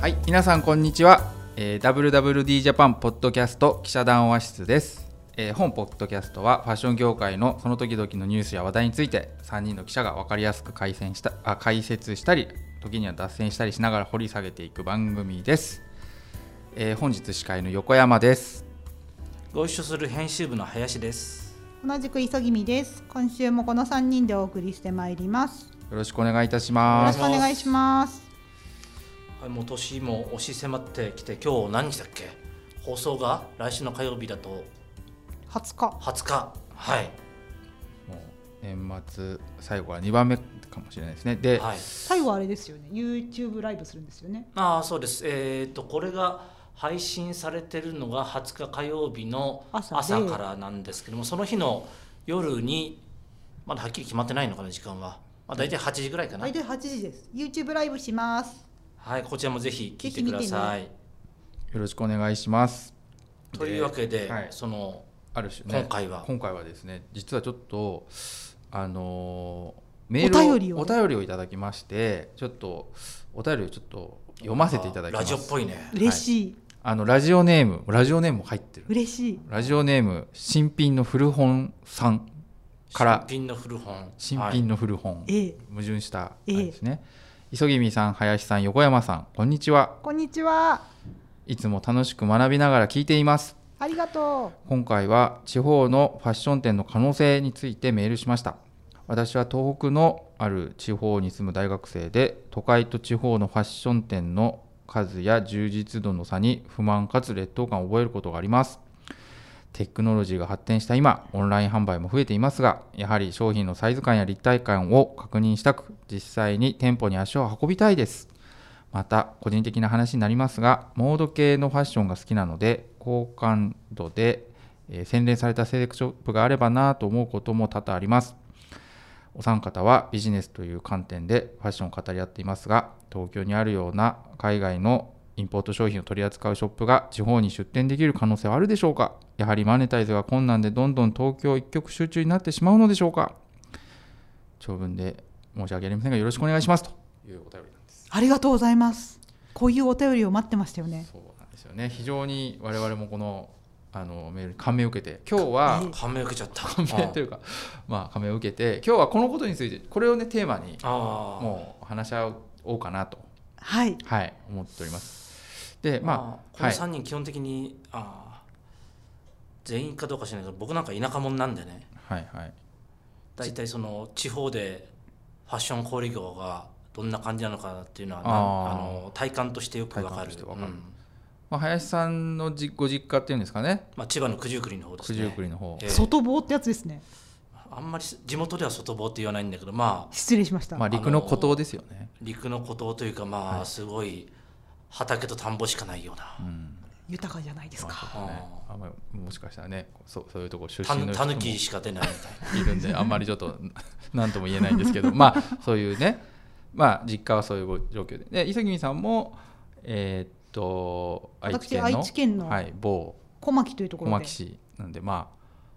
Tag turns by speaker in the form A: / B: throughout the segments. A: はい、皆さんこんにちは。えー WWD ジャパンポッドキャスト記者談話室です。えー本ポッドキャストはファッション業界のその時々のニュースや話題について3人の記者が分かりやすく解説したあ解説したり時には脱線したりしながら掘り下げていく番組です。えー本日司会の横山です。
B: ご一緒する編集部の林です。
C: 同じく急ぎみです今週もこの3人でお送りしてまいります
A: よろしくお願いいたし
C: よ
A: ま
C: ろ
A: す
C: しく。お願いします
B: はい、もう年も押し迫ってきて、今日何日だっけ放送が来週の火曜日だと
C: 20日
B: 20日。はい。
A: もう年末最後は2番目かもしれないですね。で、
B: はい、
C: 最後はあれですよね YouTube ライブするんですよね
B: ああ、そうです。えっ、と、これが配信されてるのが20日火曜日の
C: 朝で
B: 朝からなんですけども、その日の夜に、まだはっきり決まってないのかな、時間は。まあ、大体8時ぐらいかな
C: 大。体8時です YouTube ライブします
B: はい、こちらもぜひ聞いてください。
A: よろしくお願いします。
B: というわけで、
A: はい
B: その、
A: ある種ね
B: 今回は
A: 今回はですね実はちょっとあのーメールを
C: お便りをね
A: 便りをいただきましてちょっとお便りをちょっと読ませていただきます
B: ラジオっぽいね。
C: 嬉しい、
A: あのラジオネームラジオネームも入ってる
C: 嬉しい
A: ラジオネーム新品の古本さんから
B: 新品の古本。
A: 新
B: はい
A: 品の古本、
C: ええ
A: 矛盾したあれですね、磯君さん林さん横山さんこんにちは
C: こんにちはい
A: つも楽しく学びながら聞いています
C: ありがと
A: 今回は地方のファッション店の可能性についてメールしました私は東北のある地方に住む大学生で都会と地方のファッション店の数や充実度の差に不満かつ劣等感を覚えることがありますテクノロジーが発展した今オンライン販売も増えていますがやはり商品のサイズ感や立体感を確認したく実際に店舗に足を運びたいですまた個人的な話になりますがモード系のファッションが好きなので好感度で、えー洗練されたセレクショップがあればなと思うことも多々ありますお三方はビジネスという観点でファッションを語り合っていますが東京にあるような海外のインポート商品を取り扱うショップが地方に出店できる可能性はあるでしょうかやはりマネタイズが困難でどんどん東京一極集中になってしまうのでしょうか長文で申し訳ありませんがよろしくお願いしますというお便りなんです
C: うありがとうございますこういうお便りを待ってましたよね
A: そうなんですよね非常に我々もこのあのメールに感銘を受けて今日は
C: え
B: 感銘受けちゃった。
A: 感銘 というかまあ感銘を受けて今日はこのことについてこれをねテーマに
B: ああ。
A: もう話し合おうかなと
C: はい
A: はい思っておりますでまあは
B: この
A: い
B: 三人基本的に、あー全員かどうかしないけど僕なんか田舎者なんでね
A: はいはい
B: 大体その地方でファッション小売業がどんな感じなのかなっていうのはな
A: あー
B: あの体感としてよく
A: 体
B: わか
A: 感と
B: る
A: してわかる
B: うん
A: まあ林さんのじご実家っていうんですかね
B: まあ、千葉の九十九里の方です
A: 九
B: ね
A: 十九里の方
B: ええ
C: 外棒ってやつですね
B: あんまり地元では外房って言わないんだけどまあ
C: 失礼しました、
A: まあ陸の孤島ですよね
B: 陸の孤島というかまあ、すごい畑と田んぼしかないような、
A: うん
C: 豊かじゃないですか
A: そうねあんまりもしかしたらねそうそういうところ出
B: た
A: 身
B: ぬ
A: の
B: た
A: 人も
B: ぬきしか出ないみたいな
A: いるんであんまりちょっと何とも言えないんですけどまあそういうねまあ実家はそういう状況でで磯君さんもえーっと愛知県の
C: 私愛知県の
A: はい、某
C: 小牧というとこ
A: 小
C: ろで
A: 牧市なんでま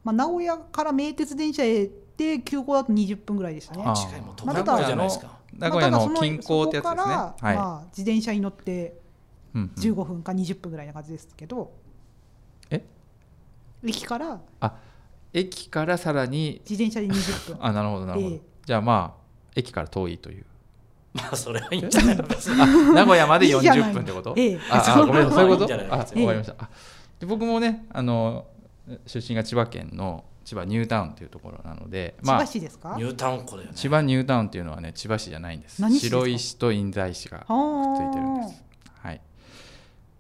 C: まあ、名古屋から名鉄電車へで急行だと20分ぐらいでしたね
A: あー
B: 近いもう都
A: あ
B: 会っ
C: まだ
B: ぽ
C: だ
B: いじゃないですか
A: 名古屋
C: まあた
A: の
C: だそ
A: 近郊ってやつですね
C: そこから
A: はい、
C: まあ、自転車に乗って
A: うんうん
C: 15分か20分ぐらいな感じですけど、
A: え
C: 駅から
A: 駅からさらに
C: 自転車で20分
A: あなるほどなるほど、
C: ええ
A: じゃあまあ駅から遠いという
B: まあそれはいいんじゃない別に
A: あ名古屋まで
C: いいじゃない
A: 40分ってこと
C: ええ
A: ああ
B: そう
A: ごめんなさいそういうこ
B: いいん
A: と
B: じ
A: あ
B: ゃ
A: わ
B: ない
A: かりましたあで僕もねあの出身が千葉県の千葉ニュータウンというところなので、
C: 千葉市ですか、
B: ニュータウン湖だよね
A: 千葉ニュータウンっていうのはね千葉市じゃないんです
C: 何市ですか
A: 白石と印西市が
C: あー
A: ついてるんですはい、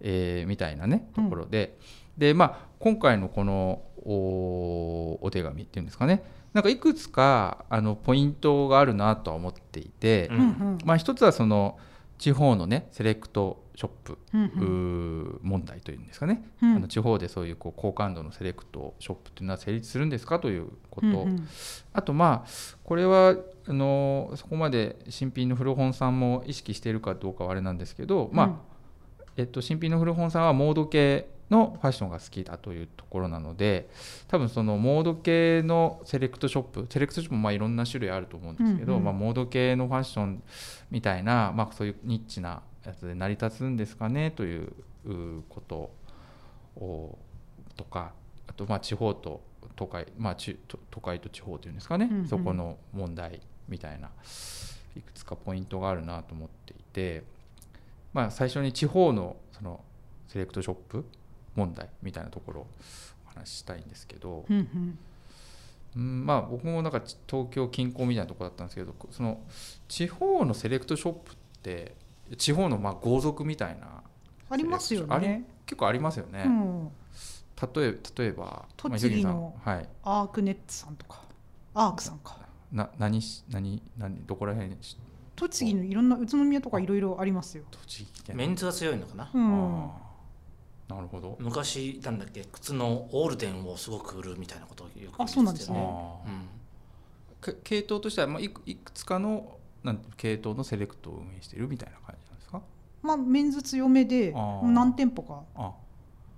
A: えーみたいなねところで、でまあ今回のこのおお手紙っていうんですかねなんかいくつかあのポイントがあるなとは思っていて、
B: う
C: うんうん
A: まあ一つはその地方のねセレクトショップ
C: うん
A: うー問題というんですかね、
C: うん
A: あの地方でそういうこう好感度のセレクトショップっていうのは成立するんですかということ、
C: うんうん
A: あとまあこれはあのそこまで新品の古本さんも意識しているかどうかはあれなんですけど、まあえっと、新品の古本さんはモード系のファッションが好きだというところなので多分そのモード系のセレクトショップセレクトショップもまあいろんな種類あると思うんですけど、
C: うんうん
A: まあ、モード系のファッションみたいな、まあ、そういうニッチなやつで成り立つんですかねといううことをとかあとまあ地方と都会、まあ、ち都都会と地方というんですかね、
C: うんうん
A: そこの問題みたいないくつかポイントがあるなと思っていて、まあ、最初に地方のそのセレクトショップ問題みたいなところをお話ししたいんですけど、
C: うんうん
A: うんまあ僕もなんかち東京近郊みたいなとこだったんですけどこその地方のセレクトショップって地方のまあ豪族みたいな
C: ありますよ
A: あれ
C: ね。
A: 結構ありますよね、
C: うん、
A: 例え例えばまあ
C: 栃木
A: ゆりさん
C: の
A: はい
C: アークネッツさんとかアークさんか
A: な何し何何どこら辺し
C: 栃木のいろんな宇都宮とかいろいろありますよ。
A: 栃木県
B: メンツが強いのかな、
C: うん、あ
A: あーなるほど、
B: 昔なんだっけ靴のオールデンをすごく売るみたいなことをよく言ってたよ
C: あそうなんですね
A: あー
B: うん
A: け系統としては、まあ、いくいくつかのなんていうの系統のセレクトを運営しているみたいな感じなんですか
C: まあメンズ強めで
A: あー
C: 何店舗か
A: あ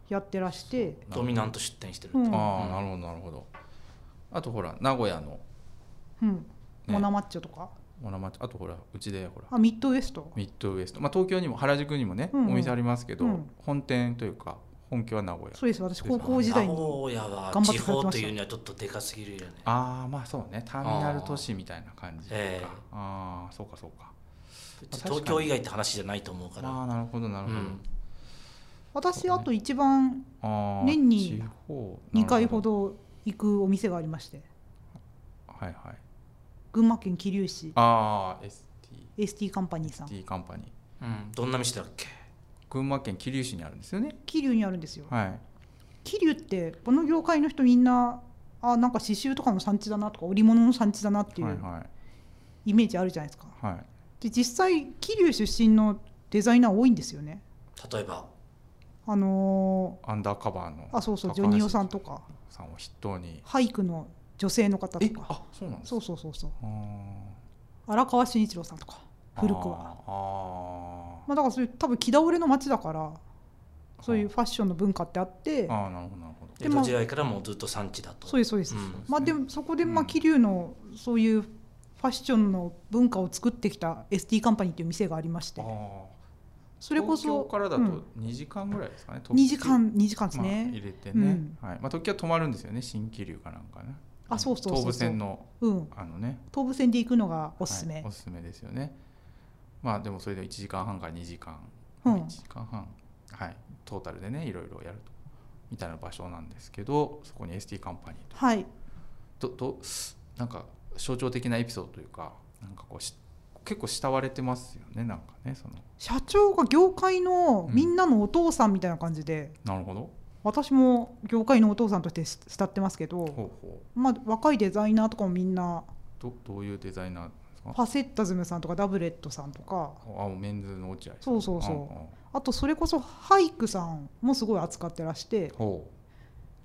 C: やってらして
A: なるほど
B: ドミナント出店してるって、
C: うん
A: ああなるほどなるほどあとほら名古屋の
C: うん
A: ね
C: モナマッチョとか
A: モナマチあとほらうちでほら
C: あミッドウエスト
A: ミッドウエスト、まあ、東京にも原宿にもね、
C: うんうん
A: お店ありますけど、
C: うん
A: 本店というか本拠は名古屋
C: そうです私
A: ですよ
C: 高
A: ね
C: 校時代
B: 名
C: に
B: 古屋は
C: 頑張
B: 地
C: って買って
B: 方
C: ました
B: というにはちょっとでかすぎるよね
A: ああまあそうねターミナル都市みたいな感じとかあ、
B: ええ
A: あーそうかそうかあ確かに
B: 東京以外って話じゃないと思うから、
A: ああなるほどなるほど、
B: うん
C: 私あと一番
A: ああ
C: 年に
A: 地方
C: 2回
A: な
C: ほ
A: る
C: ど行くお店がありまして
A: ほどはいはい
C: 群馬県桐生市
A: ああ
C: ST カンパニーさん
A: ST カンパニー
B: うんどんな店だっけ
A: 群馬県桐生市にあるんですよね
C: 桐生にあるんですよ
A: はい
C: 桐生ってこの業界の人みんなあなんか刺繍とかの産地だなとか織物の産地だなってい
A: はいうは
C: イメージあるじゃないですか
A: いはい
C: で実際桐生出身のデザイナー多いんですよね
B: 例えば
C: あの
A: アンダーカバーの
C: ーあそうそう
A: 高
C: ジ
A: 橋
C: ョニオさんとか
A: さんを筆頭に
C: 俳句の女性の方と
A: え
C: か
A: あそうなんです
C: そ
A: か
C: うそうそうそう
A: あ
C: 荒川慎一郎さんとか
A: ー
C: 古くは
A: あー
C: まあ、だからそういう多分木倒れの街だからそういうファッションの文化ってあって
A: ああなるほどなるほど
B: 江
C: で
B: 戸
C: も
B: 時代からもうずっと産地だと
C: そうですそうです、
B: うん
C: まあでもそこでま
A: う
C: あ
A: ん
C: 桐生のそういうファッションの文化を作ってきた ST カンパニーという店がありまして
A: ああ
C: それこ
A: 東京
C: そ
A: からだ
C: う
A: と
C: ん
A: 2時間ぐらいですかね、東
C: 2時間2時間です
A: まあ、入
C: ね、
A: れてね、
C: うん
A: はいまあ、時は止まるんですよね新気流かなんかね
C: あそうそうそうそう
A: 東武線の
C: うん
A: あのね
C: 東武線で行くのがおすすめ、
A: はいおすすめですよねまあでもそれで1時間半から2時間、
C: うん
A: まあ1時間半はいトータルでねいろいろやるとみたいな場所なんですけどそこに ST カンパニー
C: はい
A: とどどなんか象徴的なエピソードというかなんかこうし結構慕われてますよねなんかねその
C: 社長が業界の
A: うん
C: みんなのお父さんみたいな感じで、
A: なるほど
C: 私も業界のお父さんとしてし慕ってますけ
A: ほ
C: ど、
A: うほう
C: まあ、若いデザイナーとかもみんな
A: どどういうデザイナーなんですか
C: ファセッタズムさんとかダブレットさんとか
A: あもうメンズの落合さん
C: そうそうそうん
A: ん
C: あとそれこそハイクさんもすごい扱ってらして
A: ほ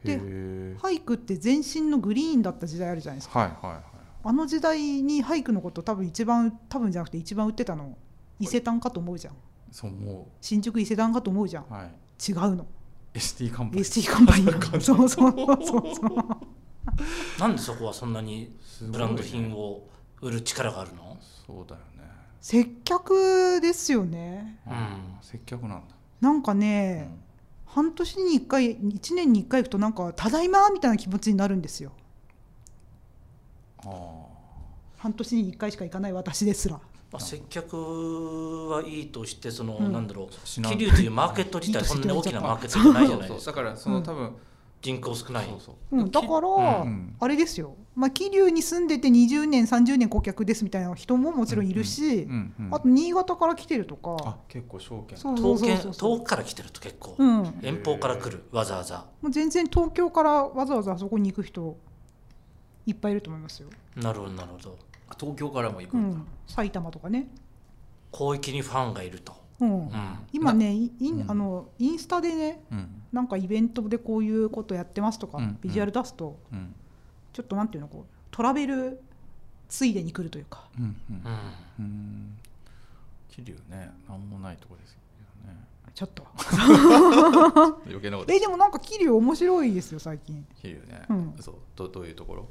A: う
C: で
A: へえ
C: ハイクって全身のグリーンだった時代あるじゃないですか
A: はいはいはい
C: あの時代にハイクのこと多分一番多分じゃなくて一番売ってたの伊勢丹かと思うじゃん
A: そうも
C: 新宿伊勢丹かと思うじゃん
A: うはい
C: 違うの
A: ST カンパニー
C: ST カンパニーそうそうそうそう
B: なんでそこはそんなに
A: すごいね
B: ブランド品を売る力があるの、
A: そうだよね
C: 接客ですよね
B: うん
A: あー接客なんだ、
C: なんか
A: う
C: ね、
A: ん
C: 半年に1回1年に1回行くとなんか「ただいま」みたいな気持ちになるんですよ
A: あ
C: 半年に1回しか行かない私ですら
B: まあ、接客はいいとしてその、
C: うん
B: なんだろう
A: ーしな
B: 桐生というマーケット自体
C: いいと
B: そんなに大きなマーケットじ
A: そ
B: ゃ
A: う
B: ないじゃない
A: そ
B: で
A: う
B: す
A: だ
B: か
A: からその、
C: うん
A: 多分
B: 人口少ない
A: そうそう
C: うん、だから、
A: うん
C: あれですよ、まあ、桐生に住んでて20年30年顧客ですみたいな人ももちろんいるし、
A: うんうん
C: あと新潟から来てるとか、
A: あ結構証券
C: そうそう
B: 東
C: そう
B: 県
C: そう
B: 遠くから来てると結構、
C: うん、も
B: 遠方から来るわざわざ
C: う全然東京からわざわざあそこに行く人いっぱいいると思いますよ、
B: なるほどなるほど
A: 東京からも行
C: うん、埼玉とかね、
B: 広域にファンがいると、
C: うん
B: うん
C: 今ねいイン
A: うん
C: あのインスタでね
A: うん
C: なんかイベントでこういうことやってますとか、
A: うん
C: ビジュアル出すと
A: うん
C: ちょっとなんていうのこうトラベルついでに来るというか
A: うん
B: う
A: うん
B: ん
A: うん桐生ねなんもないとこですけどね
C: ちょっと
A: 余計なこと
C: えでもなんか桐生面白いですよ最近。
A: 桐生ね、
C: うん
A: そうどどういうところ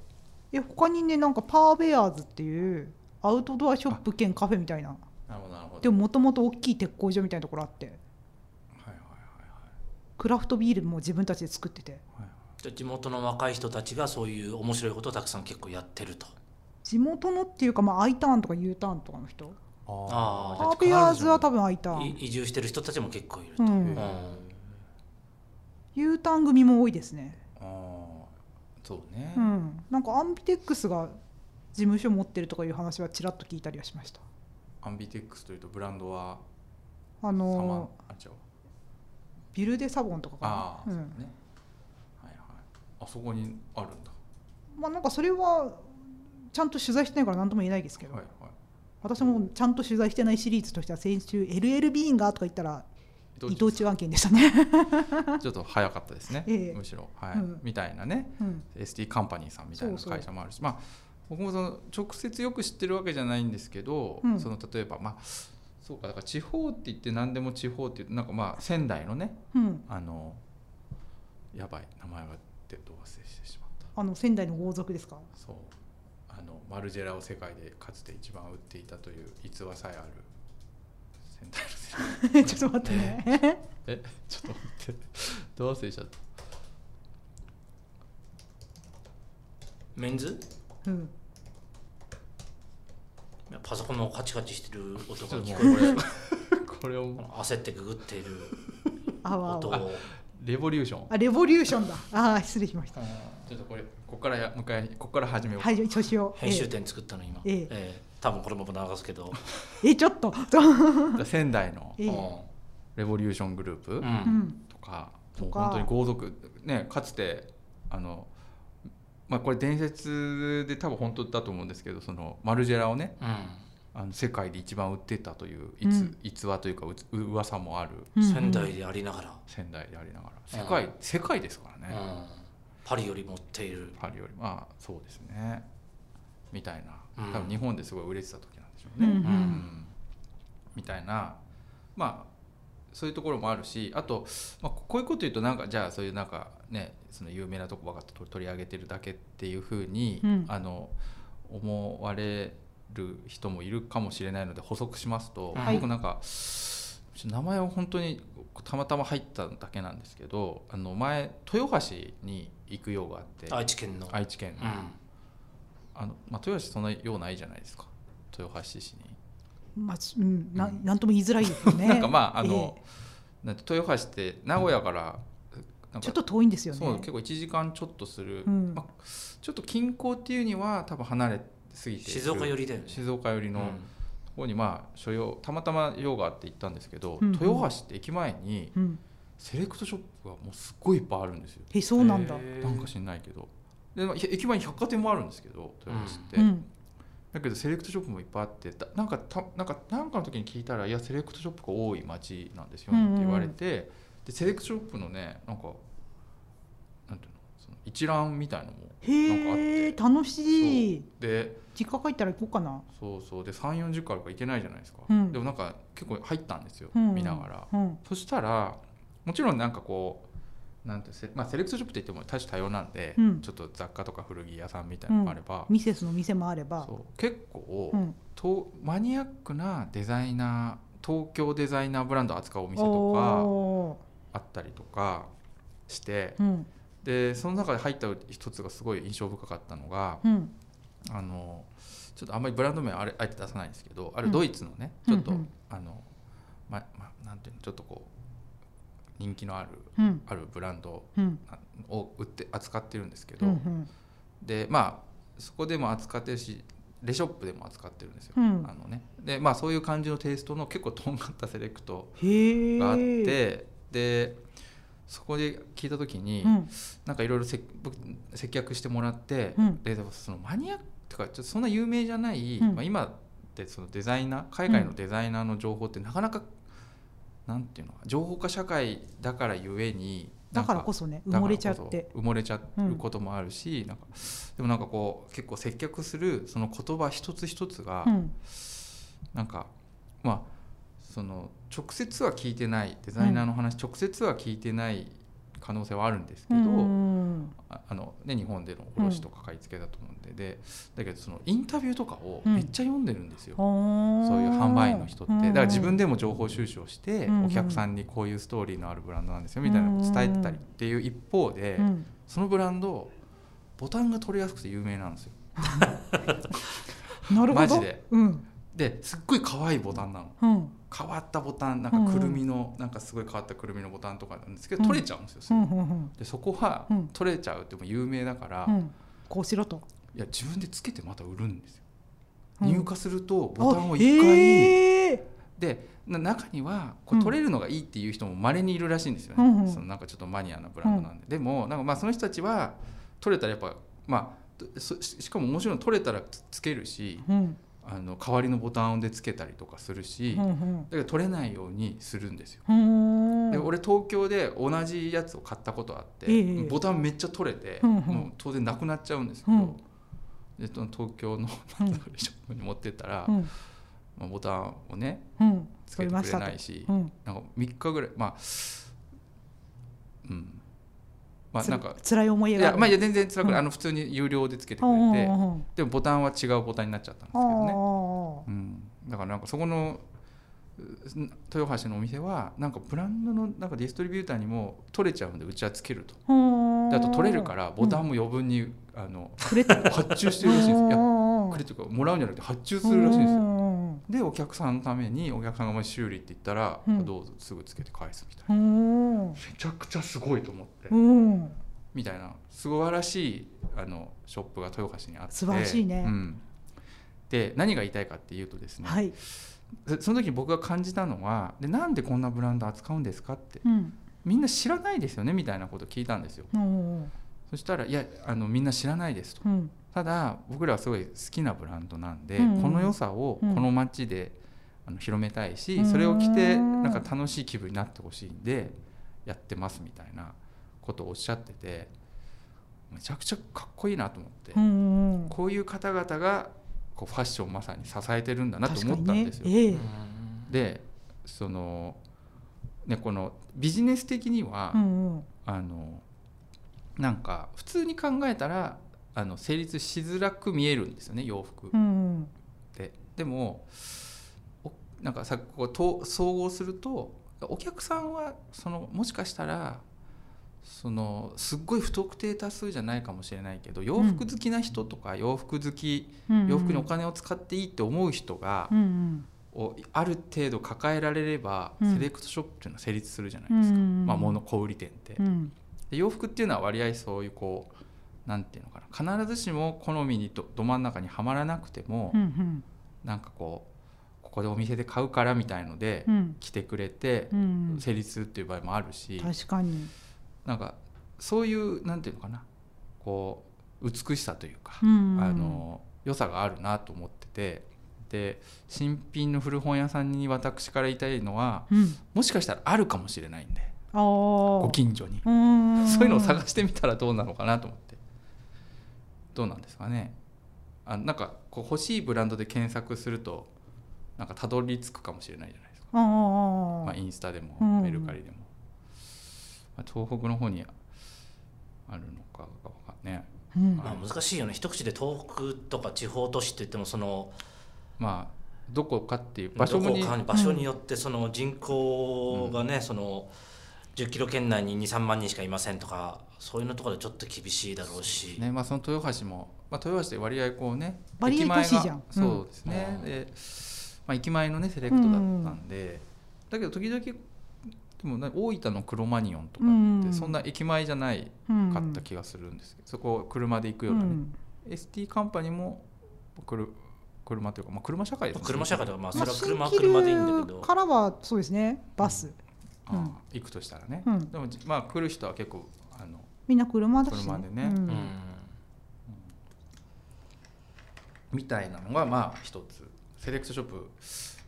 C: え他にねなんかパーベアーズっていうアウトドアショップ兼カフェみたいな
A: なるほどなるほ
B: ほど
C: でももともと大きい鉄工所みたいなところあって
A: はいはい
C: クラフトビールも自分たちで作ってて
B: じゃあ地元の若い人たちがそういう面白いことをたくさん結構やってると
C: 地元のっていうか、まあ、I ターンとか U ターンとかの人
B: あ
C: アーベアーズは多分 I
B: い
C: ターン、
B: 移住してる人たちも結構いる
C: う
B: と、うん
C: ん、U ターン組も多いですね、
A: あーそうね、
C: うん、なんかアンビテックスが事務所持ってるとかいう話はちらっと聞いたりはしました
A: アンビテックスというとブランドは
C: あ
A: サマ
C: の
A: あちゃう
C: ビルデサボンとか
A: あ
C: か
A: あ、そ
C: な、う
A: うんねはいはいあそこにあるんだ
C: まあ、なんかそれはちゃんと取材してないから何とも言えないですけど、
A: はいはい
C: 私もちゃんと取材してないシリーズとしては先週 LL ビーンがとか言ったら伊藤忠案件でした ね、
A: ちょっと早かったですね、
C: ええ
A: むしろ、はい
C: うん
A: みたいなね
C: うん
A: ST カンパニーさんみたいな
C: そうそう
A: 会社もあるしまあ僕もその直接よく知ってるわけじゃないんですけど、
C: うん
A: その例えばまあそうかだから地方って言って何でも地方って言ってなんかまあ仙台のね
C: うん、
A: あのやばい名前が出て忘れしてしまった
C: あの仙台の豪族ですか
A: そうあのマルジェラを世界でかつて一番売っていたという逸話 さえある仙台の仙台
C: ちょっと待ってね
A: え ちょっと待ってどう忘れちゃった
B: メンズ
C: うん
B: パソコンのカチカチしてる音
A: ち
B: が
A: ょっと
B: 聞
A: も
B: こえる
A: うこれこれを
B: 焦ってググっている
C: あわあ
B: 音
C: わ
B: を
A: レボリューション
C: あレボリューションだああ失礼しました
A: あーちょっとこれここからやもう一回ここから始めよう、
C: はい調子を
B: 編集点作ったの今、
C: ええ
B: え多分これも流すけど、
C: ええちょっと
A: じゃあ仙台の
C: ええ
A: レボリューショングループ
B: う
C: うんん
A: とか、
C: と
A: もう
C: か
A: 本当に豪族ねかつてあのまあこれ伝説で多分本当だと思うんですけどそのマルジェラをねあの世界で一番売ってたという逸,、
C: うん
A: 逸話というかうつ噂もある
C: うんうん
B: 仙台でありなが
A: 仙台でありながら
B: うん
A: 世界、世界ですから
B: ら、
A: ね、
B: うんパリより持っている
A: パリよりまあそうですねみたいな
B: うん
A: 多分日本ですごい売れてた時なんでしょう
C: う
A: ね、
C: んう
B: うん
A: みたいなまあそういうところもあるしあと、まあ、こういうこと言うとなんかじゃあそういうなんかねその有名なとこばかりと取り上げてるだけっていうふうに、
C: うん
A: あの思われる人もいるかもしれないので補足しますと、
B: はい
A: 僕なんかちょっと名前は本当にたまたま入っただけなんですけどあの前豊橋に行く用があって
B: 愛知県の、
A: 愛知県の,、
B: うん
A: あのまあ、豊橋そんな用ないじゃないですか豊橋市に。
C: まあちうんな
A: うん
C: なんとも言いづらいですよ ね
A: なんかまああの、なんて豊橋って名古屋から、な
C: ええ
A: んか
C: ちょっと遠いんですよね
A: そう結構1時間ちょっとする、
C: うん
A: まあ、ちょっと近郊っていうには多分離れすぎている
B: 静岡寄りだよね
A: 静岡寄りの
B: う
A: と
B: ん
A: ころにまあ所要たまたま用があって行ったんですけど、
C: うんうん
A: 豊橋って駅前に
C: うん、
A: セレクトショップがもうすっごいいっぱいあるんですよ、
C: えそうなんだ、
B: へえ
A: なんか知んないけどでまあひ駅前に百貨店もあるんですけど豊橋って、
C: うん、
A: だけどセレクトショップもいっぱいあってだなんかたなんかなんかの時に聞いたら「いやセレクトショップが多い町なんですよ」
C: うんうんうん
A: って言われて、でセレクトショップのねなんかなんていうのその一覧みたいのもなんかあっ
C: へえ
A: て
C: 楽しい
A: で
C: 実家帰ったら行こうかな
A: そうそうで3 4 0個あるからいけないじゃないですか、
C: うん
A: でもなんか結構入ったんですよ、
C: うん
A: 見ながら。
C: うん
A: そしたらもちろんなんかこうなんていうのセ,、まあ、セレクトショップって言っても多種多様なんで、
C: うん
A: ちょっと雑貨とか古着屋さんみたいなのもあれば、
C: ミセスの店もあれば
A: そう結構、
C: うん、
A: とマニアックなデザイナー東京デザイナーブランドを扱うお店とか
C: お
A: あったりとかして
C: ーうん
A: でその中で入った一つがすごい印象深かったのが
C: うん
A: あのちょっとあんまりブランド名はあれあえて出さないんですけどあ
C: う
A: る
C: ん
A: ドイツのね、ちょっと、
C: うんうん
A: あの、まま、なんていうのちょっとこう人気のある
C: うん
A: あるブランド
C: うん
A: を売って扱ってるんですけ
C: う
A: ど、
C: ん
A: でまあそこでも扱ってるしレショップでも扱ってるんですよ、
C: うん
A: あのねでまあそういう感じのテイストの結構とんがったセレクト
C: へえ
A: があってでそこで聞いた時に、
C: うん
A: なんかいろいろせ僕接客してもらって、
C: うん
A: ででもそのマニアックとかちょっとそんな有名じゃない、
C: うん
A: まあ、今ってそのデザイナー海外のデザイナーの情報ってなかなか、なんていうの情報化社会だからゆえにな
C: だ
A: ん
C: からこそね埋もれちゃって
A: 埋もれちゃうこともあるし、なんかでもなんかこう結構接客するその言葉一つ一つが、
C: うん
A: なんかまあその直接は聞いてないデザイナーの話、直接は聞いてない可能性はあるんですけ
C: う
A: ど、
C: ん
A: ああのね、日本での卸とか買い付けだと思うんで,、でだけどそのインタビューとかをめっちゃ読んでるんですよ、そういう販売員の人って、だから自分
C: で
A: でも情報収集をして、
C: うんうん
A: お客さんにこういうストーリーのあるブランドなんですよみたいなのを伝えてたりっていう一方で、そのブランドボタンが取りやすくて有名なんですよ
C: なるほど
A: マジで
C: うん
A: ですっごい可愛いボタンなの
C: うん
A: 変わったボタンなんかくるみの、なんかすごい変わったくるみのボタンとかなんですけど
C: うん
A: 取れちゃうんですよ、
C: うんうんうん
A: でそこは
C: うん
A: 取れちゃうってもう有名だから、
C: う
A: い
C: んこうしろと
A: や自分でつけてまた売るんですよ、
C: うん
A: 入荷するとボタンを
C: あ
A: 1回、
C: へえ
A: でな中にはこう
C: うん
A: 取れるのがいいっていう人もまれにいるらしいんですよね、
C: うんうん
A: そのなんかちょっとマニアなブランドなんで、でもなんかまあその人たちは取れたらやっぱまあそししかももちろん取れたらつつけるし
C: うん
A: あの代わりのボタンでつけたりとかするし、
C: う
A: だ
C: ん
A: から取れないようにするんですよ。
C: うん
A: で俺東京で同じやつを買ったことあって、
C: ええ
A: ボタンめっちゃ取れて、
C: うんうん
A: もう当然なくなっちゃうんですけど、
C: うん
A: でその東京の
C: うん
A: ショップに持ってったら、
C: うん
A: まあ、ボタンをね
C: うん
A: つけてくれないし、
C: うん
A: なんか3日ぐらいまあうんまあ
C: つ
A: なんか
C: 辛い思い
A: い
C: 出が
A: やまあいや全然辛くない、
C: うん
A: あの普通に有料でつけてく
C: う
A: れ
C: んうんう
A: て、
C: んうん
A: でもボタンは違うボタンになっちゃったんですけどね、
C: あ
A: うん、だからなんかそこのう豊橋のお店はなんかブランドのなんかディストリビューターにも取れちゃうんでうちはつけると
C: あうん
A: であと取れるからボタンも余分に、あの
C: くれてる
A: 発注してるらしいんですよいやくれ
C: く
A: というかもらうんじゃなくて発注するらしいんですよ
C: よ
A: でお客さんのためにお客さんがもし修理って言ったら、
C: うん
A: どうぞすぐつけて返すみたいな。
C: うん
A: めちゃくちゃすごいと思って、
C: うん
A: みたいな素晴らしいあのショップが豊橋にあって
C: 素晴らしいね
A: うんで何が言いたいかっていうとですね、
C: はい
A: そその時僕が感じたのはでなんでこんなブランド扱うんですかって
C: うん
A: みんな知らないですよねみたいなこと聞いたんですよ
C: うん
A: そしたらいやあのみんな知らないですと
C: うん
A: ただ僕らはすごい好きなブランドなんで、
C: うんうん
A: この良さをこ
C: うん
A: の街で、あの広めたいし、
C: うん
A: それを着てなんか楽しい気分になってほしいんでやってますみたいなことをおっしゃっててめちゃくちゃかっこいいなと思って、
C: うんうん
A: こういう方々がこうファッションをまさに支えてるんだなと思ったんですよ。
C: 確かにねええ
A: でそのねこのビジネス的には、
C: うんうん
A: あのなんか普通に考えたらあの成立しづらく見えるんですよね洋服っ
C: うんうん
A: て。でもおなんかさこうと総合するとお客さんはそのもしかしたらそのすっごい不特定多数じゃないかもしれないけど洋服好きな人とか洋服好き、
C: うんうん
A: 洋服にお金を使っていいって思う人が、
C: うんうん
A: をある程度抱えられれば、
C: うん
A: セレクトショップっていうのは成立するじゃないうですか、
C: ん
A: まあ、物小売店って。
C: うん
A: で洋服っていうのは割合そういうこうなんていうのかな必ずしも好みにどど真ん中にはまらなくても、
C: うん
A: なんかこうここでお店で買うからみたいので、
C: うん
A: 着てくれて
C: う、ん
A: 成立するっていう場合もあるし、
C: 確かに
A: なんかそういうなんていうのかなこう美しさというか、
C: うん
A: あの良さがあるなと思っててで新品の古本屋さんに私から言いたいのは
C: うん
A: もしかしたらあるかもしれないんで
C: ああ
A: ご近所に。
C: うん
A: そういうのを探してみたらどうなのかなと思ってどうなんですかねあなんかこう欲しいブランドで検索するとなんかたどり着くかもしれないじゃないですか、
C: ああ
A: まあ、インスタでも
C: うん
A: メルカリでも、まあ、東北の方にあるのかがわかんね
C: うん
B: まあ難しいよね一口で東北とか地方都市って言ってもその
A: まあどこかっていう場
B: 場
A: 所
B: 所
A: に
B: に場所によってその人口がね、その10キロ圏内に23万人しかいませんとかそういうのとかでちょっと厳しいだろうし
A: ねまあ、その豊橋も、まあ、豊橋で割合こうね
C: 割合
A: 駅前が
C: 都市じゃんうん
A: そうですね、
B: うん
A: で、まあ、駅前のねセレクトだったんで、だけど時々でもな大分のクロマニオンとか
C: うん
A: ってそんな駅前じゃない
C: うん
A: かった気がするんですけど、そこを車で行くようなね、ST カンパニーもくる車というか、まあ、車社会ですね
B: 車社会とかまあそれは
C: ま
B: 車は車
C: あ新
B: でいいんだけ
C: 気流
B: ど
C: からはそうですねバス、
A: ああ
C: うん
A: 行くとしたらね、
C: うん
A: でもじまあ来る人は結構あの
C: みんな車だし、
A: 車でね
C: うん
B: うん
A: みたいなのがまあ一つセレクトショップ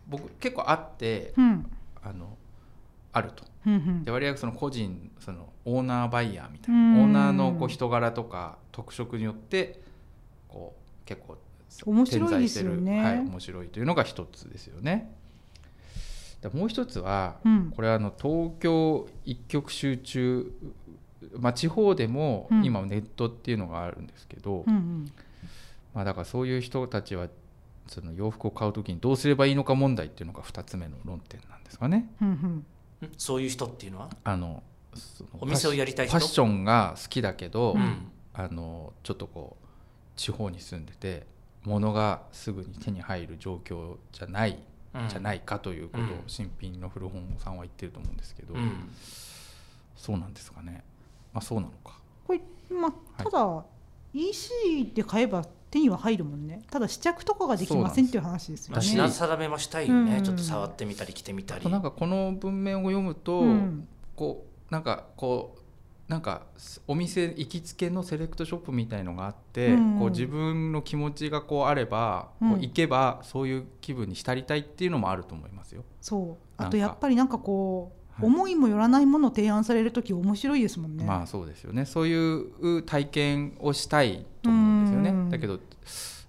A: 僕結構あって
C: うん
A: あのあると。
C: うんうん
A: で割合その個人そのオーナーバイヤーみたいうなんオーナーのこう人柄とか特色によってこう結構
C: 面白いですよ
A: 点在して
C: ね
A: るはい、面白いというのが一つですよね。でもう一つは、
C: うん
A: これはあの東京一極集中まあ、地方でも
C: うん
A: 今ネットっていうのがあるんですけど、
C: うんうん
A: まあ、だからそういう人たちはその洋服を買う時にどうすればいいのか問題っていうのが2つ目の論点なんですかね。
C: うんうん
B: んそういう人っていうのは
A: あのその
B: お店をやりたい
A: ファ
B: 人
A: ッションが好きだけど、
B: うん
A: あのちょっとこう地方に住んでて物がすぐに手に入る状況じゃない、
B: うん
A: じゃないかということを
B: うん
A: 新品の古本さんは言ってると思うんですけど、
B: うん
A: そうなんですかねあそうなのか
C: これまあただ、EC で買えば手には入るもんねただ試着とかができませんっていう話ですよ
B: まあ、
A: だし
B: 品
C: ね。
B: 定めはしたいよね、
C: うん
B: ちょっと触ってみたり着てみた
A: あ
B: り
A: となんかこの文面を読むと、
C: うん
A: こうなんかこうなんかすお店行きつけのセレクトショップみたいのがあって、
C: うん
A: こう自分の気持ちがこうあれば、こう
C: うん
A: 行けばそういう気分に浸りたいっていうのもあると思いますよ。
C: そ
A: な
C: う
A: んか
C: あとやっぱりなんかこう、
A: はい
C: 思いもよらないものを提案される時面白いですもんね。
A: まあそうですよねそういう体験をしたいと思うんですよね、
C: うん
A: だけど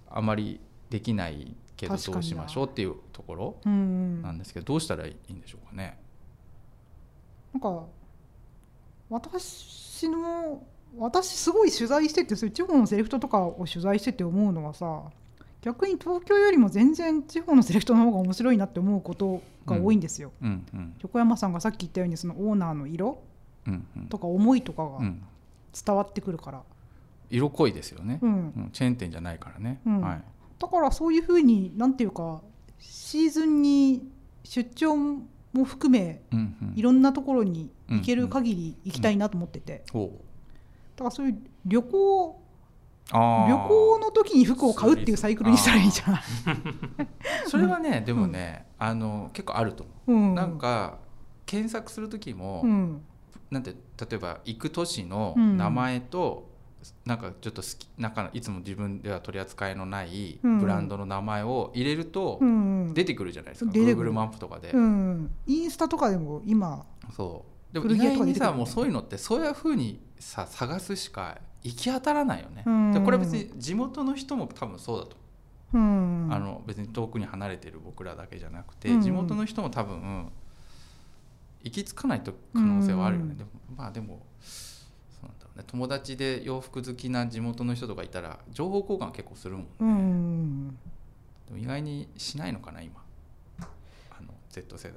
A: あまりできないけど
C: 確か
A: ど
C: にな
A: うしましょうっていうところ
C: うんう
A: なん
C: ん、
A: ですけどどうしたらいいんでしょうかね。
C: なんか私の私すごい取材しててそういう地方のセレクトとかを取材してて思うのはさ逆に東京よりも全然地方のセレクトの方が面白いなって思うことが多いんですよ。
A: うんうん
C: 横山さんがさっき言ったようにそのオーナーの色
A: うんうん
C: とか思いとかが
A: うん
C: 伝わってくるから、
A: 色濃いですよね、
C: うん
A: うんチェーン店じゃないからね。
C: うん
A: はい
C: だからそういうふうになんていうかシーズンに出張も含め
A: うんうん
C: いろんなところに行け
A: うんう
C: る
A: ん
C: 限り行きたいなと思ってて、
A: ほう
C: だからそういう旅行
A: あー
C: 旅行の時に服を買うっていうサイクルにしたらいいんじゃない、
A: それはねでもね、あの結構あると思
C: う
A: う、
C: ん、
A: なんか検索する時も、
C: うん、
A: なんて例えば行く都市の
C: うん
A: 名前と、なんかちょっと好きなんかいつも自分では取り扱いのない
C: うん
A: ブランドの名前を入れると
C: うんうん
A: 出てくるじゃないですか、
C: 出てくる
A: Google マップとかで、
C: うん、インスタとかでも今
A: そうでも
C: 古
A: 意
C: 着屋と
A: 外
C: か出
A: に
C: てくる
A: さ
C: ね
A: もうそういうのってそういうふうにさ探すしか行き当たらないよね、
C: うん
A: でこれは別に地元の人も多分そうだと
C: うん
A: あの別に遠くに離れてる僕らだけじゃなくて、
C: うんうん
A: 地元の人も多分行き着かないと可能性はあるよね、
C: うん
A: でもまあでもそうなんだろうね友達で洋服好きな地元の人とかいたら情報交換は結構するもん
C: うん
A: でも意外にしないのかな今あの Z 世代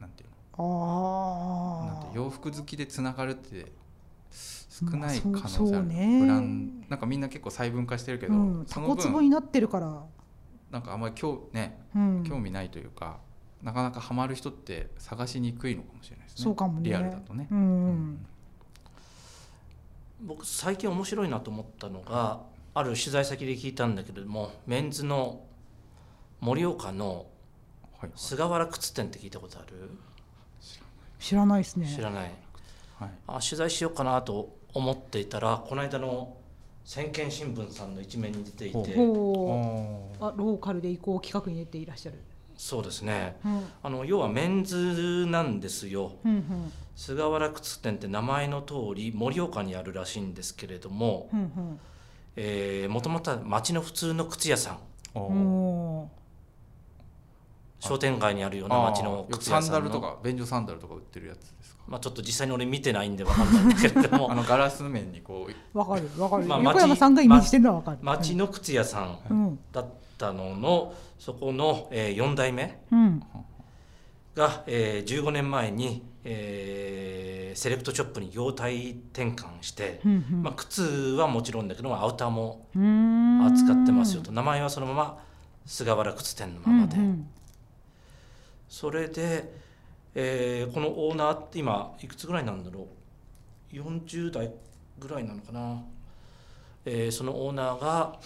A: なんていう
C: あ
A: のなん
C: あ
A: て洋服好きでつながるって少ない可
C: まあ
A: 能性あ
C: そ
A: る
C: う、そうね
A: ブランなんかみんな結構細分化してるけど、
C: うん、タ
A: そ
C: コ
A: の
C: ツボ
A: 分
C: になってるから、
A: なんかあんまり今日ね
C: うん、
A: 興味ないというか、なかなかハマる人って探しにくいのかもしれないですね
C: そうかもね
A: リアルだとね
C: う、
A: うん
B: 僕最近面白いなと思ったのがある取材先で聞いたんだけれどもメンズの盛岡の
A: はいは
B: 菅原靴店って聞いたことある、
C: 知らないですね
B: 知ら
A: い、
B: ない
A: はい、
B: あ取材しようかなと思っていたらこの間の先見新聞さんの一面に出てい
A: ほう
B: て
C: ほ
A: あ
C: うあローカルで移行企画に出ていらっしゃる、
B: そうですね
C: うん、
B: あの要はメンズなんですよ
C: うん
B: 菅原靴店って名前の通り盛岡にあるらしいんですけれども
C: うんうん
B: もともとは町の普通の靴屋さん
A: ー
C: うんお
B: 商店街にあるような
A: あ
B: 町
A: ー
B: の
A: よく
B: 靴
A: サ
B: 屋
A: ン
B: さ
A: ダ
B: ん
A: ルと
B: の
A: か便所サンダルとか売ってるやつですか
B: まあちょっと実際に俺見てないんで分かんないんだけれど
A: あ
B: も
A: のガラス面にこう
C: ーわかるわかる、
B: まあ
C: 横山さんがイメージしてるのはわかる
B: 町の靴屋さん
C: うん
B: だったののそこの、え4代目
C: うん
B: が、えー15年前に、えーセレクトショップに業態転換して、
C: うんうん
B: まあ、靴はもちろんだけどアウターも
C: うーん
B: 扱ってますよと名前はそのまま菅原靴店のままで、
C: うんうん
B: それで、えーこのオーナーって今いくつぐらいなんだろう40代ぐらいなのかな、えーそのオーナーが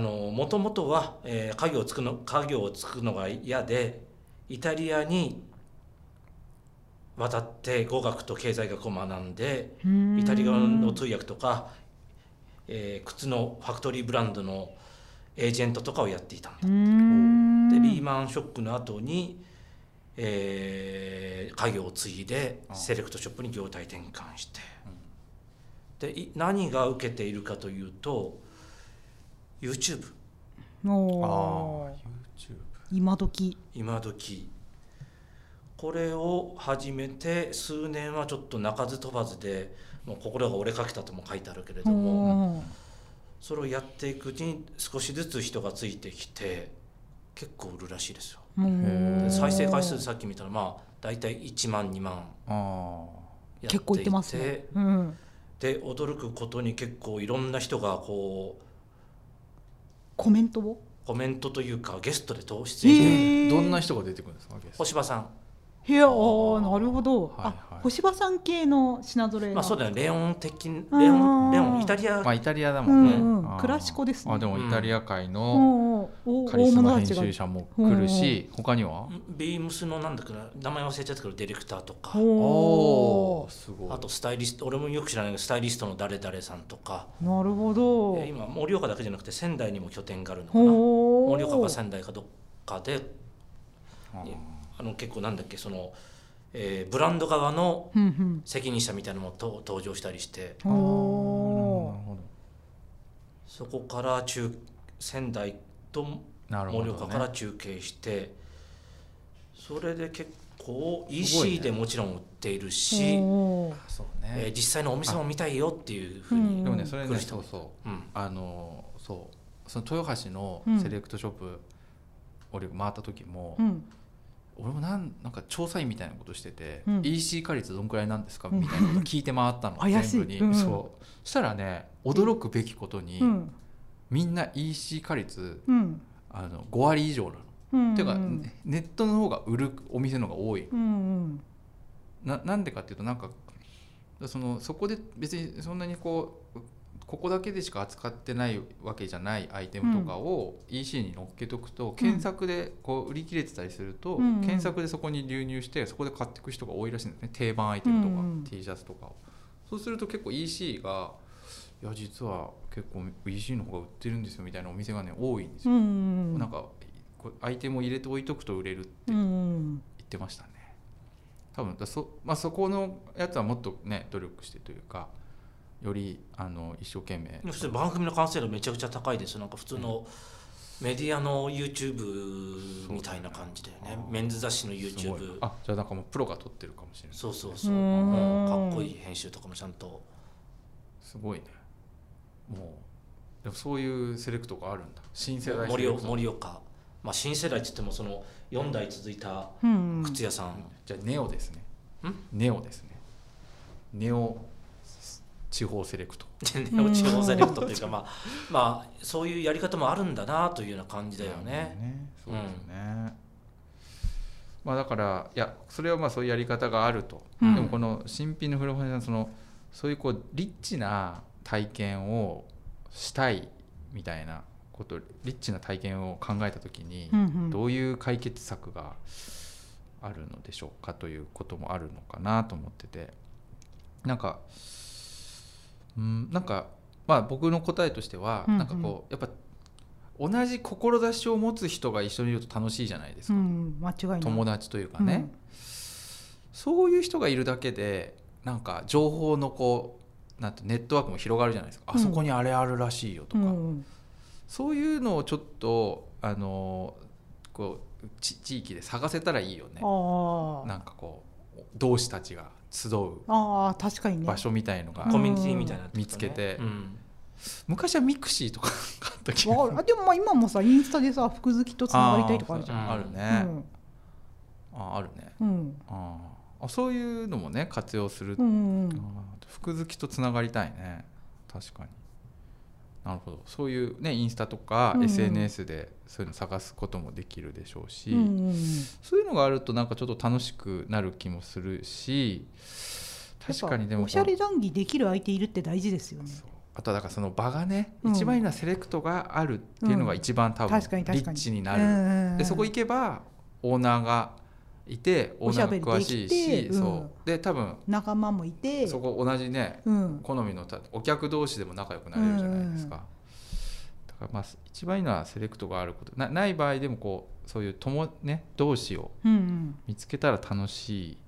B: もともとは、えー家業をつくの家業をつくのが嫌でイタリアに渡って語学と経済学を学んで
C: うーん
B: イタリア語の通訳とか、えー靴のファクトリーブランドのエージェントとかをやっていたんだ
C: うーん
B: でリーマンショックの後に、えー家業を継いで
A: あ
B: セレクトショップに業態転換して、でい何が受けているかというと YouTube
A: あ
C: お
A: ー
C: ー
A: YouTube
C: 今時
B: 今時これを始めて数年はちょっと鳴かず飛ばずでもう心が折れかけたとも書いてあるけれども。
C: おー
B: それをやっていくうちに少しずつ人がついてきて結構売るらしいですよ
A: へー
B: で再生回数
C: 結
B: さっき見たらまあ大体1万2万
A: あ
B: や
C: 構いってますね。うん、
B: で驚くことに結構いろんな人がこう
C: コメントを。
B: コメントというかゲストでと出演してる
A: ー
C: え
A: どんな人が出てくるんですかゲスト
B: 星葉さん、
C: へえ、あーなるほど。
A: はいはい
C: あ、星葉さん系の品揃えが。
B: まあ、そうだよねレオン的レ
C: あー
B: オンレオンイタリア、
A: まあイタリアだも
C: うん
A: ね、
C: んう
A: あ
C: ん、
A: ー
C: クラシコですね。
A: あでもイタリア界
C: う
A: の
C: んうん、お
A: カリ
C: 大
A: スマ
C: 物た
A: 編
C: ちが。
A: 集者も来るし他には
B: ビームスのなんだっけな名前忘れちゃったけどディレクターとか
A: おーすごい
B: あとスタイリスト俺もよく知らないけどスタイリストの誰々さんとか
C: なるほど。
B: えー今盛岡だけじゃなくて仙台にも拠点があるのかな
C: お
B: 盛岡か
C: ー
B: 仙台かどっかで
A: あー
B: あの結構なんだっけその、えーブランド側の
C: うん
B: 責任者みたいなのもと登場したりして
C: うん。おー
B: そこから中仙台と
A: なるほど
B: 盛
A: なる
B: 岡
A: ほど
B: か
A: ね
B: ら中継してそれで結構
A: すごいね
B: EC でもちろん売っているし、
C: おー
A: そう
B: えー
A: ね
B: 実際のお店も見たいよっていうふうに、
A: でもねそれ
B: 来
A: ね
B: る人
A: そう
B: も
A: そう
B: うん
A: あのそうその豊橋のセレクトショップ俺回った時も、
C: うん。
A: 俺もなんなんか調査員みたいなことしてて、
C: うん
A: EC 化率どんくらいなんですか
C: うん
A: みたいなこと聞いて回ったの
C: 怪しい
A: 全部に、
C: うん
A: そうそしたらね驚くべきことに、
C: うん。
A: みんな EC 化率
C: うん。
A: あの5割以上なの、
C: うん。
A: っていうか
C: うん
A: ネットの方が売るお店の方が多い
C: うん。
A: ななんでかっていうとなんかそのそこで別にそんなにこうここだけでしか扱ってないわけじゃないアイテムとかを EC に乗っけとくと、検索でこう売り切れてたりすると、
C: うんうん
A: 検索でそこに流入してそこで買っていく人が多いらしいんですね定番アイテムとか、
C: うんうん
A: T シャツとかをそうすると結構 EC がいや実は結構 EC の方が売ってるんですよみたいなお店がね多いんです
C: う
A: よ、
C: ん。
A: なんかこうアイテムを入れて置いとくと売れるって
C: うんうん。
A: 言ってましたね多分だそ,、まあ、そこのやつはもっとね努力してというかよりあの一生懸命
B: 普通番組の完成度めちゃくちゃ高いですなんか普通のメディアの YouTube みたいな感じだよね
A: そうだね
B: メンズ雑誌の
A: すごい
B: YouTube
A: あじゃあなんかもうプロが撮ってるかもしれない
B: そうそうそう
C: うーん
B: うんかっこいい編集とかもちゃんと
A: すごいねもうでもそういうセレクトがあるんだ新世代セ
B: 盛
A: レ
B: 岡
A: クト
B: 盛岡、まあ、新世代っつってもその4代続いた
C: うん。
B: 靴屋さん、
A: じゃあネオですね
B: ん
A: ネオですねネオ地方セレクト
B: でね地方セレクトというかまあまあそういうやり方もあるんだなというような感じだよ
A: なる
B: ね。
A: ほどねそうですよね、まあだからいやそれはまあそういうやり方があると、
C: うん
A: でもこの新品の古本屋さんそのそういうこうリッチな体験をしたいみたいなことリッチな体験を考えた時に
C: うんうん
A: どういう解決策があるのでしょうかということもあるのかなと思っててなんかうんなんかまあ僕の答えとしては
C: うんうん
A: なんかこうやっぱ同じ志を持つ人が一緒にいると楽しいじゃないです
C: う
A: か、
C: ん。間違いない。
A: 友達というかね、
C: うん
A: そういう人がいるだけでなんか情報のこうなんてネットワークも広がるじゃないですか、
C: うん
A: あそこにあれあるらしいよと
C: う
A: か、
C: ん。
A: そういうのをちょっとあのこうち地域で探せたらいいよね
C: ああ。
A: なんかこう同志たちが集う
C: ああ、確かにね。
A: 場所みたいのが、
C: うん
B: コミュニティみたいなってことね
A: 見つけて
B: うん
A: 昔はミクシーとかあった気が
C: わかるあでもまあ今もさインスタでさ服好きとつながりたいとかあるじゃん。
A: あー
B: ん
A: あるね、ああるね
C: うんうん
A: あーあそういうのもね活用する、
C: うんうん
A: あー服好きとつながりたいね確かになるほどそういうねインスタとか
C: うん
A: SNS でそういうの探すこともできるでしょうし、
C: うんうん
A: そういうのがあるとなんかちょっと楽しくなる気もするし確かにでも
C: やっぱおしゃれ談義できる相手いるって大事ですよね
A: そうあとはだからその場がね、
C: うん
A: 一番いいのはセレクトがあるっていうのが一番多分、
C: 確かに
A: リ
C: 確か
A: ッ
C: に
A: チになる、
C: る
A: でそこ行けばオーナーがいてオーナーが詳しい
C: おしゃべり
A: し
C: できて
A: そう
C: うん
A: で多分
C: 仲間もいて
A: そこ同じね
C: うん
A: 好みのたお客同士でも仲良くなれるじゃないですか、だからまあ一番いいのはセレクトがあることなない場合でもこうそういう友ね同士を
C: うんうん
A: 見つけたら楽しい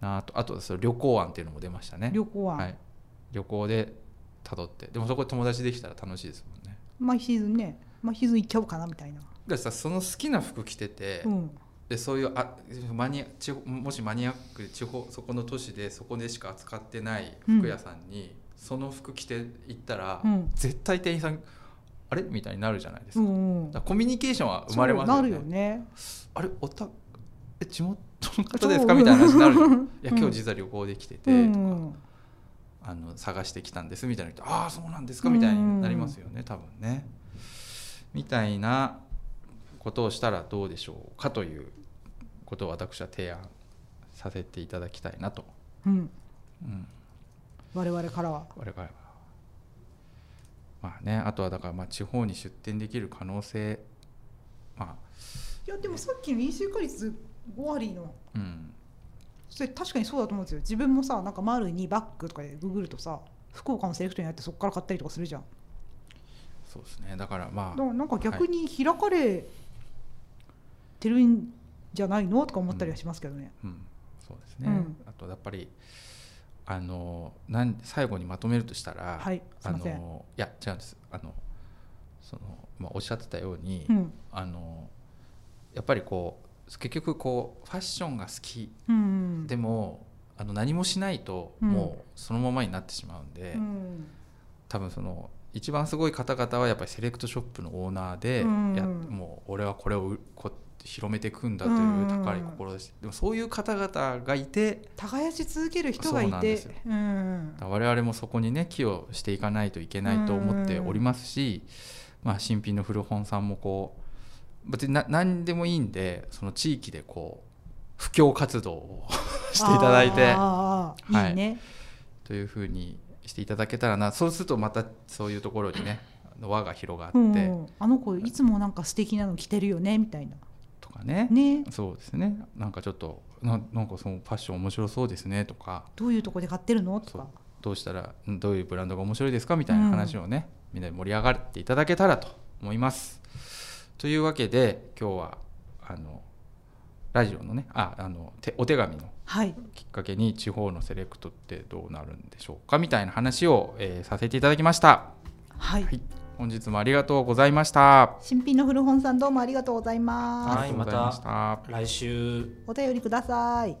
A: なとあとその旅行案っていうのも出ましたね
C: 旅行は、
A: はい、旅行でたどってでもそこで友達できたら楽しいですもんね
C: 毎シーズンね毎シーズン行っちゃおうかなみたいな
A: だからさその好きな服着てて、
C: うん
A: でそういうあマニア地方もしマニアックで地方そこの都市でそこでしか扱ってない服屋さんに、その服着て行ったら、
C: うん
A: 絶対店員さんあれみたいになるじゃないです
C: う
A: か,、
C: んうん、
A: コミュニケーションは生まれます
C: そう
A: よ
C: な
A: ね
C: るよね
A: あれおたえ地元の方ですかみたいな話になるじゃんいや
C: うん
A: 今日実は旅行できててと
C: う
A: か、
C: ん
A: あの探してきたんですみたいな人ああそうなんですかみたいになりますよね、多分ねみたいなことをしたらどうでしょうかということを私は提案させていただきたいなと、
C: うん、
A: うん、
C: 我々からは
A: 我々はまあねあとはだからまあ地方に出店できる可能性まあ
C: いやでもさっきの飲酒化率5割の
A: うん
C: それ確かにそうだと思うんですよ自分もさなんか丸にバッグとかでググるとさ福岡のセレクトにあってそこから買ったりとかするじゃん
A: そうですねだからま
C: だか
A: あ
C: らなんか逆に開かれてるんじゃないのとか思ったりはしますけどね、
A: うんそうですね、
C: うん
A: あとやっぱりあのなん最後にまとめるとしたら、
C: はいすい
A: あ
C: ません
A: のいや違うんですあのその、まあ、おっしゃってたように、
C: うん
A: あのやっぱりこう結局こうファッションが好き
C: うん
A: でもあの何もしないと
C: うん
A: もうそのままになってしまうんで、
C: うん
A: 多分その一番すごい方々はやっぱりセレクトショップのオーナーで、
C: うん
A: やもう俺はこれをうこ広めていくんだとい
C: うん
A: う高い志、でもそういう方々がいて
C: 耕し続ける人が
A: そう
C: い
A: なんで
C: て
A: すよ
C: うん
A: 我々もそこにね寄与していかないといけないと思っておりますし、まあ、新品の古本さんもこう別にな何でもいいんでその地域でこう布教活動を していただいて
C: あー
A: はい
C: いいね、
A: というふうにしていただけたらなそうするとまたそういうところにねあの輪が広がって
C: うん、あの子いつもなんか素敵なの着てるよねみたいな
A: とかね
C: ね
A: そうですねなんかちょっとななんかそのファッション面白そうですねとか
C: どういうとこで買ってるのと
A: そう
C: か
A: どうしたらんどういうブランドが面白いですかみたいな話をね、みんなで盛り上がっていただけたらと思います。というわけで今日はあのラジオのねああのてお手紙の
C: はい
A: きっかけに地方のセレクトってどうなるんでしょうかみたいな話を、えーさせていただきました。
C: はい、
A: はい本日もありがとうございました。
C: 新品の古本さんどうもありがとうございます、
B: はい
A: ありがとうございました。
B: 来週
C: お便りください